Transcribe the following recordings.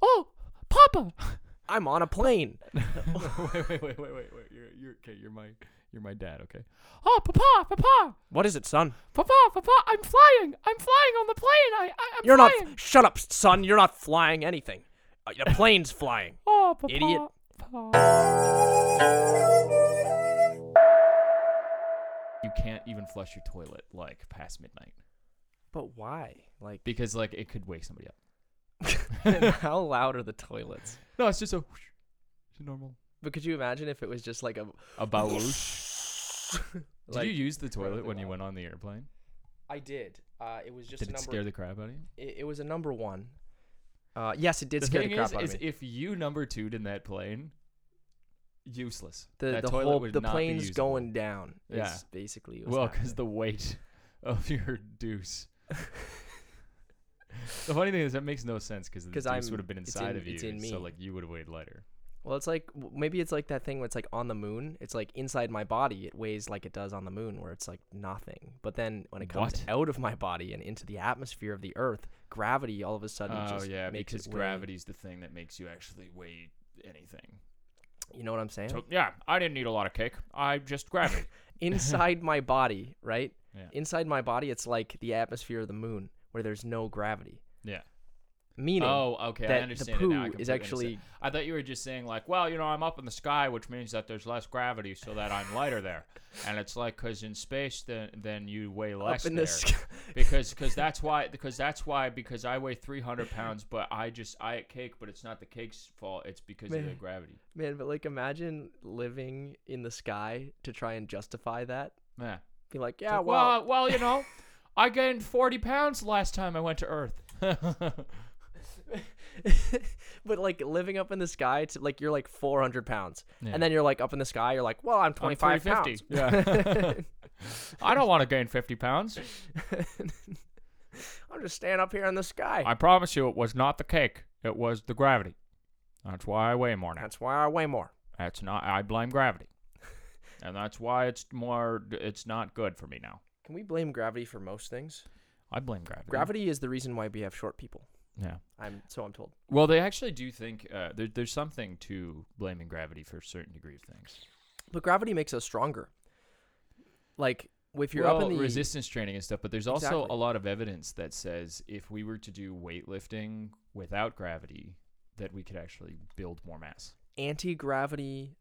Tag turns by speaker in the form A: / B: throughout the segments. A: Oh, Papa.
B: I'm on a plane.
A: wait, wait, wait, wait, wait, wait. You're, you're okay. You're my, you're my dad. Okay. Oh, Papa, Papa,
B: What is it, son?
A: Papa, Papa. I'm flying. I'm flying on the plane. I, I I'm
B: You're not.
A: flying.
B: Shut up, son. You're not flying anything. Uh, The plane's flying.
A: Oh, Papa.
B: Idiot.
A: Papa. You can't even flush your toilet like past midnight
B: But why? Like,
A: because like it could wake somebody up.
C: How loud are the toilets?
A: No, it's just a, whoosh. it's a normal
C: But could you imagine if it was just like a
A: a bawoosh. Did
C: like,
A: you use the toilet
C: incredibly
A: when you
C: loud.
A: went on the airplane?
C: I did. Uh, it was just
A: Did
C: a
A: it
C: number.
A: scare the crap out of you?
C: it, it was a number one. Uh, yes, it did
A: the
C: scare
A: thing
C: the crap
A: is,
C: out
A: is
C: of me.
A: if you number two'd in that plane, useless.
C: The,
A: that
C: the
A: toilet
C: whole
A: would
C: the
A: not be
C: plane's
A: usable.
C: going down. is
A: Yeah.
C: basically. What's
A: Well, because the weight of your deuce. the funny thing is that makes no sense because the
C: 'Cause
A: deuce
C: I'm-
A: would have been
C: it's
A: inside
C: in-
A: of you,
C: it's in me.
A: so like you would have weighed lighter.
C: well, it's like w- maybe it's like that thing where it's like on the moon. It's like inside my body. It weighs like it does on the moon, where it's like nothing. But then when it comes
A: What?
C: out of my body and into the atmosphere of the Earth, gravity all of a sudden
A: Oh
C: just
A: yeah,
C: makes
A: because
C: it weigh-
A: gravity's the thing that makes you actually weigh anything.
C: You know what I'm saying?
A: So yeah, I didn't need a lot of cake. I just gravity.
C: inside my body, right?
A: Yeah.
C: Inside my body, it's like the atmosphere of the moon, where there's no gravity.
A: yeah.
C: Meaning,
A: Oh, okay. I
C: that the
A: understand it now. I
C: poo is
A: completely
C: actually-
A: understand. I thought you were just saying like, well, you know, I'm up in the sky, which means that there's less gravity, so that I'm lighter there. And it's like, cause in space, then then you weigh less
C: up in
A: there.
C: the sky.
A: because because that's why because that's why because I weigh 300 pounds, but I just I ate cake, but it's not the cake's fault. It's because of the
C: Man.
A: gravity.
C: Man, but like imagine living in the sky to try and justify that.
A: Yeah.
C: Be like,
A: It's
C: yeah,
A: like,
C: well,
A: well, well, you know, I gained 40 pounds last time I went to Earth.
C: but like living up in the sky, it's like you're like 400 pounds,
A: Yeah.
C: and then you're like up in the sky, you're like, well, I'm 25 pounds.
A: 350. Yeah. I don't want to gain 50 pounds.
C: I'm just standing up here in the sky.
A: I promise you, it was not the cake. It was the gravity. That's why I weigh more now.
C: That's why I weigh more.
A: That's not. I blame gravity, and that's why it's more. It's not good for me now.
C: Can we blame gravity for most things?
A: I blame gravity.
C: Gravity is the reason why we have short people.
A: Yeah.
C: I'm so I'm told.
A: Well, they actually do think uh, there, there's something to blaming gravity for a certain degree of things.
C: But gravity makes us stronger. Like if you're up
A: Well,
C: in the
A: resistance training and stuff, but there's also
C: Exactly.
A: a lot of evidence that says if we were to do weightlifting without gravity, that we could actually build more mass.
C: anti-gravity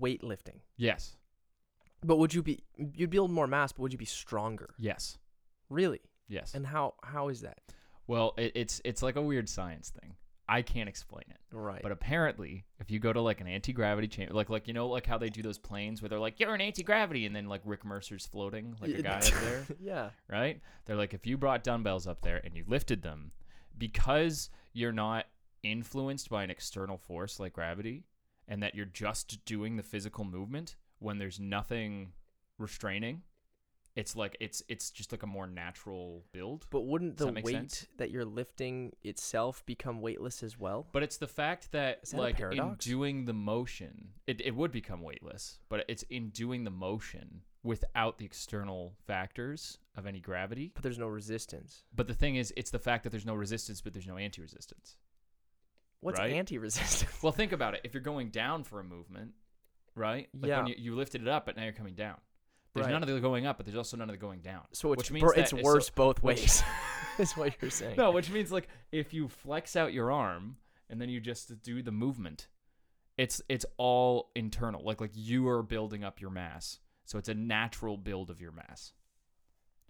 C: weightlifting.
A: Yes.
C: But would you be you'd build more mass, but would you be stronger?
A: Yes.
C: Really?
A: Yes.
C: And how how is that?
A: well, it, it's it's like a weird science thing. I can't explain it.
C: Right.
A: But apparently, if you go to like an anti-gravity chamber, like like you know like how they do those planes where they're like you're an anti-gravity, and then like Rick Mercer's floating like a guy up there,
C: yeah.
A: right? They're like if you brought dumbbells up there and you lifted them, because you're not influenced by an external force like gravity, and that you're just doing the physical movement when there's nothing restraining, it's like it's it's just like a more natural build.
C: But wouldn't
A: Does
C: the
A: that make
C: weight
A: sense?
C: that you're lifting itself become weightless as well?
A: But it's the fact that,
C: Is that a
A: like, in
C: paradox?
A: doing the motion, it, it would become weightless, but it's in doing the motion without the external factors of any gravity.
C: But there's no resistance.
A: But the thing is, it's the fact that there's no resistance, but there's no anti resistance.
C: What's
A: Right?
C: anti-resistance?
A: Well, think about it. If you're going down for a movement, right? Like
C: Yeah.
A: When you, you lifted it up, but now you're coming down. There's
C: Right.
A: none of the going up, but there's also none of the going down.
C: so it's
A: which means
C: bur-
A: that-
C: it's
A: so-
C: worse both
A: which-
C: ways. is what you're saying.
A: No, which means like if you flex out your arm and then you just do the movement, it's it's all internal. Like like you are building up your mass, so it's a natural build of your mass.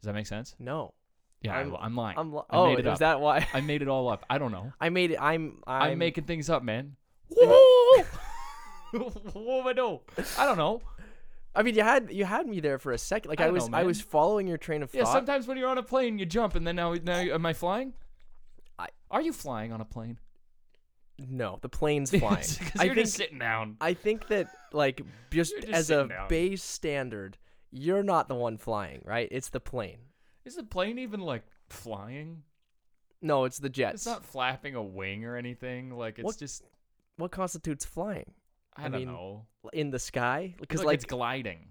A: Does that make sense?
C: No.
A: Yeah, I'm,
C: I'm-
A: I'm lying.
C: I'm li-
A: I
C: oh,
A: made it
C: is
A: up.
C: that why?
A: I made it all up. I don't know.
C: I made it. I'm
A: I'm,
C: I'm,
A: making things up, man.
C: Whoa!
A: what do I do? I don't know.
C: I mean, you had you had me there for a second. Like
A: I
C: I,
A: don't
C: was
A: know,
C: I was
A: man.
C: following your train of
A: Yeah,
C: thought.
A: sometimes when you're on a plane, you jump, and then now now am I flying?
C: I-
A: Are you flying on a plane?
C: No, the plane's flying.
A: Because
C: I
A: you're
C: think
A: just sitting down.
C: I think that like just,
A: You're just
C: as a
A: sitting down.
C: base standard, you're not the one flying, right? It's the plane.
A: Is the plane even like flying?
C: No, it's the jets.
A: It's not flapping a wing or anything. Like it's
C: Uh, What-
A: just
C: What constitutes flying
A: I,
C: I
A: don't
C: mean,
A: know.
C: in the sky? Because
A: Like,
C: like
A: it's gliding.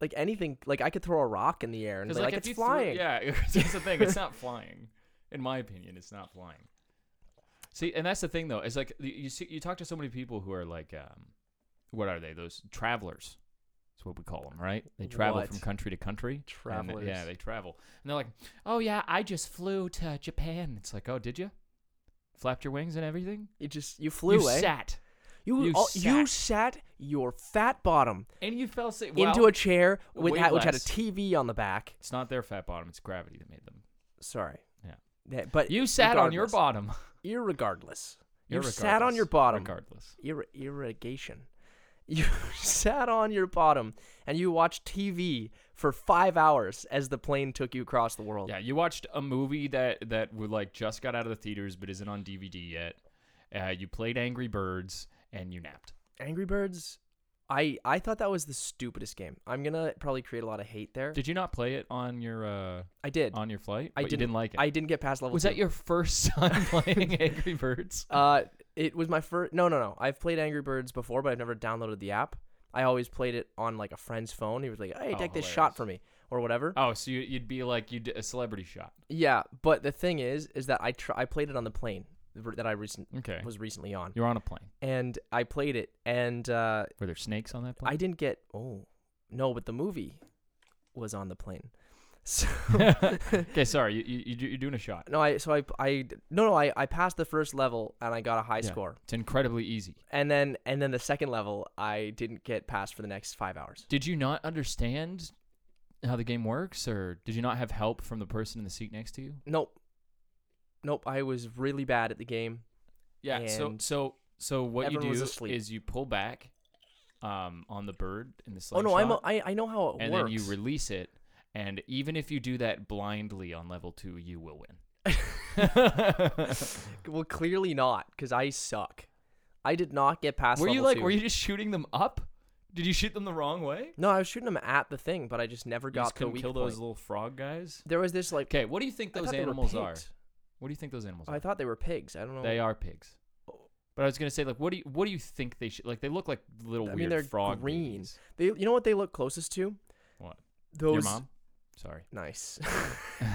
C: like anything, like I could throw a rock in the air and be
A: Because
C: like,
A: if
C: it's
A: you threw-
C: flying.
A: yeah, that's the thing. It's not flying. In my opinion, it's not flying. See, and that's the thing though. It's like you- you see, you talk to so many people who are like, um, what are they? Those travelers. That's what we call them, right? They travel from
C: What?
A: country to country. and they-
C: Travelers.
A: yeah, they travel, and they're like, oh yeah, I just flew to Japan. It's like, oh, did you? Flapped your wings and everything.
C: You just you flew,
A: you
C: eh?
A: sat
C: you
A: you
C: oh, you
A: sat.
C: sat your fat bottom
A: and you fell asleep.
C: into
A: Well,
C: a chair with
A: way
C: ha- which had a
A: less.
C: TV on the back.
A: It's not their fat bottom. It's gravity that made them.
C: Sorry.
A: Yeah.
C: That- but
A: You sat on your
C: Uh, regardless-
A: bottom.
C: Irregardless. You
A: You're
C: sat on your
A: regardless.
C: bottom.
A: Regardless.
C: Ir- irrigation. You sat on your bottom and you watched TV for five hours as the plane took you across the world.
A: Yeah, you watched a movie that that would like just got out of the theaters but isn't on DVD yet. Uh, you played Angry Birds and you napped.
C: Angry Birds. I I thought that was the stupidest game. I'm gonna probably create a lot of hate there.
A: Did you not play it on your uh,
C: I did.
A: on your flight?
C: I
A: But you didn't like it.
C: I didn't get past level.
A: was
C: two.
A: that your first time playing Angry Birds?
C: Uh, it was my first. No, no, no. I've played Angry Birds before, but I've never downloaded the app. I always played it on like a friend's phone. He was like, "Hey,
A: Oh,
C: take this shot
A: hilarious.
C: for me," or whatever.
A: Oh, so you, you'd be like you did a celebrity shot.
C: Yeah, but the thing is, is that I tr- I played it on the plane that I recent
A: Okay,
C: was recently on,
A: you're on a plane.
C: and I played it, and uh,
A: Were there snakes on that
C: I
A: plane?
C: didn't get. Oh no, but the movie was on the plane. So
A: okay, sorry. You, you you- you're doing a shot.
C: no, I so I I no no I I passed the first level and I got a high
A: Yeah.
C: score,
A: It's incredibly easy.
C: and then and then the second level I didn't get past for the next five hours.
A: Did you not understand how the game works, or did you not have help from the person in the seat next to you?
C: Nope. Nope, I was really bad at the game.
A: Yeah. so
C: and
A: so so what you
C: everyone was
A: do
C: asleep.
A: is you pull back, um, on the bird in the
C: Oh
A: slingshot,
C: no, I'm a, I I know how it
A: and
C: works.
A: then you release it, and even if you do that blindly on level two, you will win.
C: well, clearly not cuz I suck. I did not get past
A: were you
C: level
A: like
C: two.
A: were you just shooting them up? Did you shoot them the wrong way?
C: No, I was shooting them at the thing, but I just never
A: You
C: got
A: just
C: the
A: couldn't
C: weak
A: kill
C: point.
A: those little frog guys.
C: There was this like
A: Okay, what do you think
C: I
A: those
C: thought they were
A: animals are?
C: pigs.
A: What do you think those animals
C: Oh,
A: are?
C: I thought they were pigs. I don't know.
A: They are pigs. But I was gonna say, like, what do you what do you think they should like? They look like little
C: I
A: weird
C: mean, they're
A: frog
C: green.
A: babies.
C: They you know what they look closest to?
A: What?
C: Those
A: Your mom? Sorry.
C: Nice.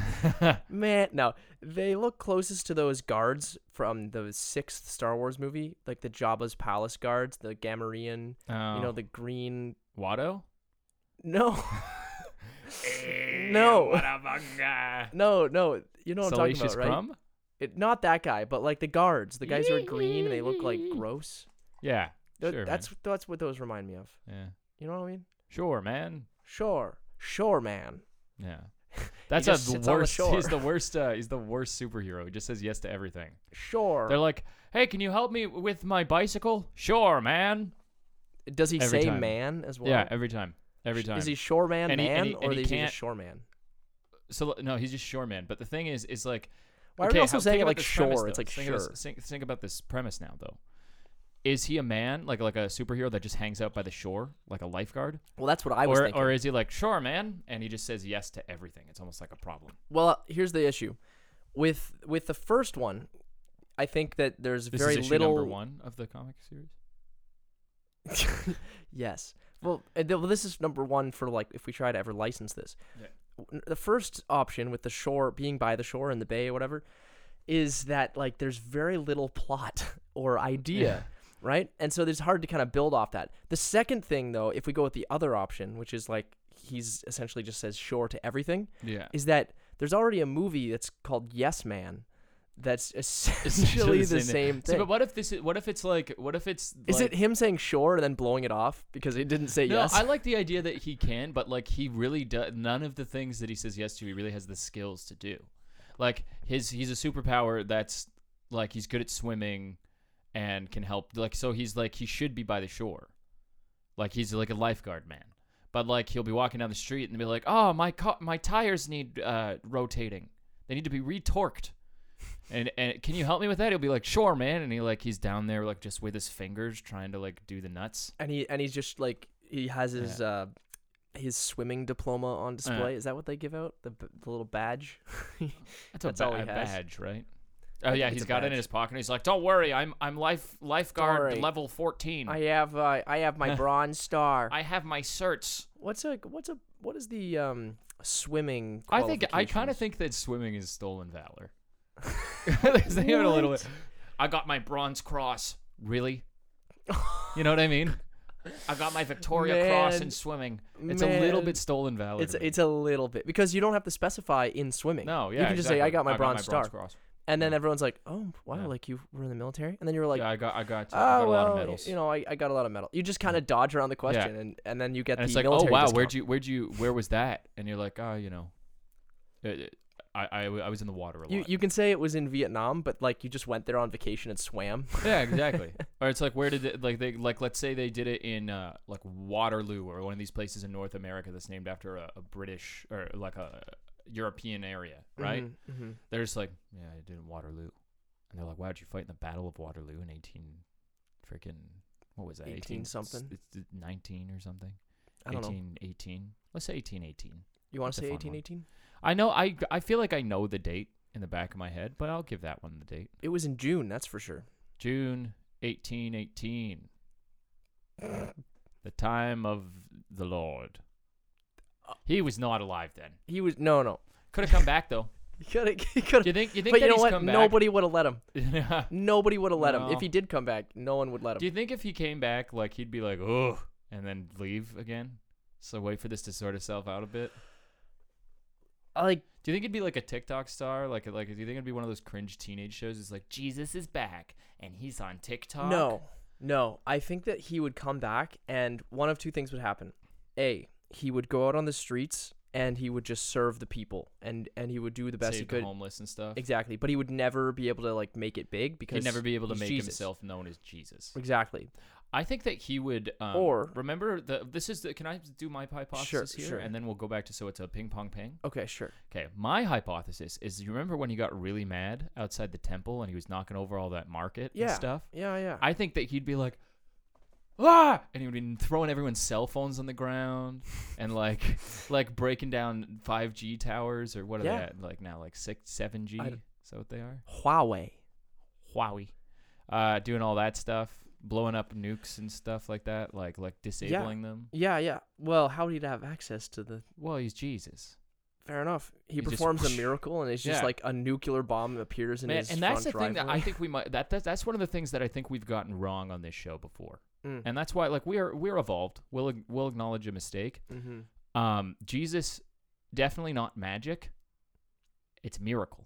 C: Man, no. They look closest to those guards from the sixth Star Wars movie, like the Jabba's palace guards, the Gamorrean, you know,
A: Oh.
C: the green.
A: Watto.
C: No, No. no, no. You know what I'm
A: Salacious
C: talking about, right?
A: Crumb?
C: It, not that guy, but like the guards, the guys who are green and they look like gross.
A: Yeah.
C: Th-
A: sure,
C: that's that's what those remind me of.
A: man. yeah.
C: You know what I mean?
A: Sure, man.
C: Sure, sure, man.
A: Yeah. That's
C: just
A: a, the
C: sits on the
A: worst. He's
C: shore.
A: the worst. Uh, he's the worst superhero. He just says yes to everything.
C: Sure.
A: They're like, "Hey, can you help me with my bicycle?" Sure, man.
C: Does he
A: every
C: say
A: time.
C: man as well?
A: yeah, every time. Every
C: Sh-
A: time.
C: Is he shore man
A: And he- and
C: man
A: he-
C: or
A: and he
C: is he
A: can't-
C: just shore man?
A: so no, he's just shore man. But the thing is, is like
C: Why are
A: Okay,
C: we also
A: how-
C: saying
A: think
C: it
A: about
C: like
A: this premise,
C: shore? It's
A: though.
C: like
A: think,
C: sure.
A: of this- think, think about this premise now, though. Is he a man like like a superhero that just hangs out by the shore like a lifeguard,
C: Well, that's what I was
A: or
C: thinking.
A: or is he like shore man and he just says yes to everything? It's almost like a problem.
C: well, here's the issue with with the first one. I think that there's
A: This
C: very
A: is issue
C: little.
A: number one of the comic series.
C: yes. Well, and th- well, this is number one for like if we try to ever license this.
A: Yeah.
C: W- The first option with the shore being by the shore in the bay or whatever is that like there's very little plot or idea, right? And so it's hard to kind of build off that. The second thing though, if we go with the other option, which is like he's essentially just says shore to everything,
A: Yeah,
C: is that there's already a movie that's called Yes Man that's
A: Essentially
C: essentially the same
A: See,
C: thing.
A: but what if this? Is, what if it's like? What if it's?
C: is
A: like-
C: it him saying shore and then blowing it off because he didn't say
A: No,
C: yes?
A: I like the idea that he can, but like he really does. None of the things that he says yes to, he really has the skills to do. Like his, he's a superpower that's like he's good at swimming and can help. Like so, he's like he should be by the shore, like he's like a lifeguard man. But like he'll be walking down the street and be like, "Oh, my ca- my tires need uh, rotating. They need to be retorqued." And, and can you help me with that? He'll be like, sure, man. And he like he's down there like just with his fingers trying to like do the nuts.
C: and he and he's just like he has his
A: Yeah. Uh.
C: uh his swimming diploma on display. Is that what they give out? The, b- the little badge.
A: That's,
C: That's
A: a, ba-
C: all he
A: a
C: has.
A: badge, right?
C: I
A: Oh yeah,
C: think it's
A: he's
C: a
A: got it in
C: badge.
A: his pocket. and He's like, "Don't worry, I'm I'm life lifeguard
C: worry.
A: level 14.
C: I
A: I,
C: have uh, I have my bronze star.
A: have my certs."
C: what's a what's a what is the um swimming?
A: I think I kind
C: qualifications?
A: of think that swimming is stolen valor. They have it a little bit- I got my bronze cross. Really? You know what I mean? I got my Victoria Cross in
C: Man.
A: swimming. It's a little
C: Man.
A: bit stolen valor.
C: It's
A: to me.
C: it's a little bit because you don't have to specify in swimming.
A: no, yeah.
C: you can just say I
A: exactly.
C: got my bronze star,
A: Cross.
C: and then everyone's like, "Oh, wow!
A: Yeah.
C: Like you were in the military," and then you're like,
A: yeah, I got I got,
C: "Oh
A: I got
C: well,
A: a lot of medals.
C: you know, I, I got a lot of medals." You just kind of dodge around the question, and, and then you get
A: and
C: the
A: it's like, oh
C: military
A: wow,
C: discount.
A: where'd you where'd you where was that? And you're like, oh, you know, it- it- I, I I was in the water a lot.
C: You you can say it was in Vietnam, but like you just went there on vacation and swam.
A: yeah, exactly. or it's like where did it like they like let's say they did it in uh, like Waterloo or one of these places in North America that's named after a, a British or like a European area, right?
C: Mm-hmm.
A: They're just like, yeah, I did it in Waterloo, and they're like, wow, did you fight in the Battle of Waterloo in eighteen freaking what was that
C: 18
A: s-
C: something?
A: It's nineteen or something.
C: I don't know.
A: 18, 18. Let's say eighteen eighteen.
C: You want
A: It's
C: to
A: a
C: say
A: fun
C: eighteen
A: one.
C: eighteen?
A: I know. I I feel like I know the date in the back of my head, but I'll give that one the date.
C: It was in June, that's for sure.
A: June eighteen eighteen, the time of the Lord. He was not alive then.
C: He was no, no.
A: Could have come back though.
C: He could have. He
A: Do
C: could
A: you
C: have.
A: think? You think
C: But you
A: that
C: know
A: he's
C: what?
A: come back?
C: Nobody would have let him.
A: Yeah.
C: Nobody would have let him.
A: No.
C: If he did come back, no one would let him.
A: Do you think if he came back, like he'd be like, "Oh," and then leave again? So wait for this to sort itself out a bit.
C: like
A: Do you think it'd be like a TikTok star? Like, like, do you think it'd be one of those cringe teenage shows? It's like Jesus is back and he's on TikTok.
C: No, no. I think that he would come back, and one of two things would happen. A, he would go out on the streets and he would just serve the people, and and he would do the best
A: save
C: he
A: the
C: could.
A: homeless and stuff.
C: Exactly, but he would never be able to like make it big because
A: He'd never be able to
C: he's
A: make
C: Jesus.
A: himself known as Jesus.
C: Exactly.
A: I think that he would. Um,
C: Or-
A: remember the this is the. Can I do my hypothesis here,
C: sure.
A: and then we'll go back to so it's a ping pong ping.
C: Okay, sure.
A: Okay, my hypothesis is you remember when he got really mad outside the temple and he was knocking over all that market
C: Yeah.
A: and stuff.
C: Yeah, yeah.
A: I think that he'd be like, ah, and he would be throwing everyone's cell phones on the ground and like, like breaking down five G towers or what are
C: Yeah.
A: they at? Like now, like six, seven G. Is
C: I'd-
A: that what they are?
C: Huawei.
A: Huawei, uh, doing all that stuff, blowing up nukes and stuff like that, like like disabling them.
C: Yeah, yeah. Well, how would he have access to the?
A: Well, he's Jesus,
C: Fair enough. He,
A: He just
C: performs
A: whoosh.
C: a miracle, and it's just
A: Yeah.
C: like a nuclear bomb appears in
A: man,
C: his
A: and that's the
C: front
A: thing that I
C: driveway.
A: think we might that, that that's one of the things that I think we've gotten wrong on this show before,
C: Mm.
A: and that's why like we are we're evolved. We'll ag- we'll acknowledge a mistake.
C: Mhm.
A: Um, Jesus, definitely not magic. It's miracle.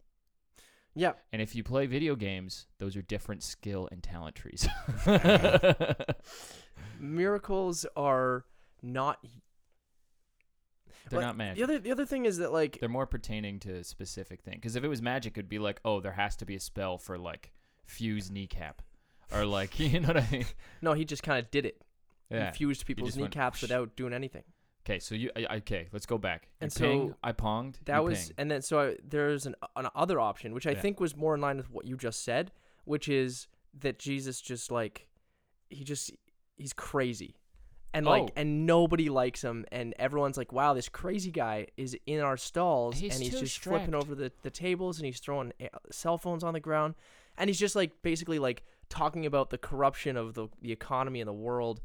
C: Yeah.
A: And if you play video games, those are different skill and talent trees.
C: Miracles are not
A: They're
C: Like,
A: not magic.
C: The other the other thing is that like
A: They're more pertaining to a specific thing. Because if it was magic, it'd be like, oh, there has to be a spell for like fuse kneecap, or like you know what I mean?
C: no, he just kind of did it.
A: Yeah.
C: He fused people's
A: just went
C: kneecaps
A: whoosh.
C: without doing anything.
A: Okay, so you I- I- okay? Let's go back. You
C: And
A: ping,
C: so
A: I ponged.
C: That
A: you
C: was
A: ping.
C: and then so I, there's an an other option which I
A: Yeah.
C: think was more in line with what you just said, which is that Jesus just like he just he's crazy. And like
A: Oh.
C: and nobody likes him and everyone's like, Wow, this crazy guy is in our stalls
A: He's
C: and he's
A: too
C: just flipping
A: strapped.
C: over the, the tables and he's throwing eh, cell phones on the ground and he's just like basically like talking about the corruption of the, the economy and the world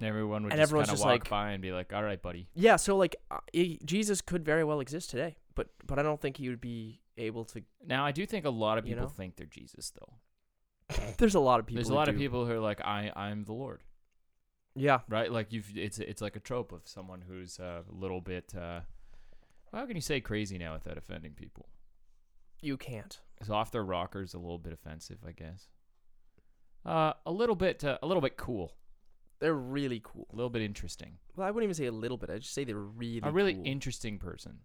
A: and everyone would
C: and
A: just kind
C: everyone's
A: of
C: just
A: walk
C: like-
A: by and be like, "All right, buddy."
C: Yeah, so like uh, i Jesus could very well exist today, but but I don't think he would be able to.
A: Now I do think a lot of
C: You
A: people
C: know?
A: think they're Jesus, though.
C: There's a lot of people.
A: There's a
C: who
A: lot of
C: do.
A: people who are like, "I I'm the Lord,"
C: Yeah,
A: right? Like you've it's it's like a trope of someone who's uh, a little bit. Uh, how can you say crazy now without offending people?
C: you can't.
A: is off their rockers a little bit offensive, I guess. Uh, a little bit, uh, a little bit cool,
C: They're really cool.
A: a little bit interesting.
C: Well, I wouldn't even say a little bit. I just say they're really.
A: a really
C: cool.
A: interesting person.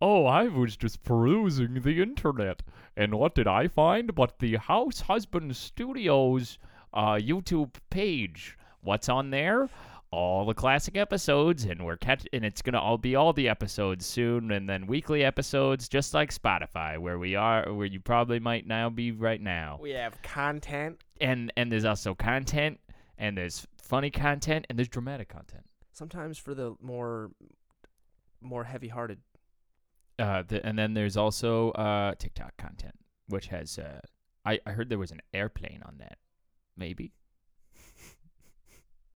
D: Oh, I was just perusing the internet, and what did I find but the House Husband Studios uh, YouTube page? What's on there? All the classic episodes, and we're catch, and it's gonna all be all the episodes soon, and then weekly episodes, just like Spotify, where we are, where you probably might now be right now.
B: We have content.
D: And and there's also content, and there's funny content, and there's dramatic content.
C: Sometimes for the more, more heavy-hearted.
A: Uh, th- and then there's also uh, TikTok content, which has uh, I I heard there was an airplane on that, maybe.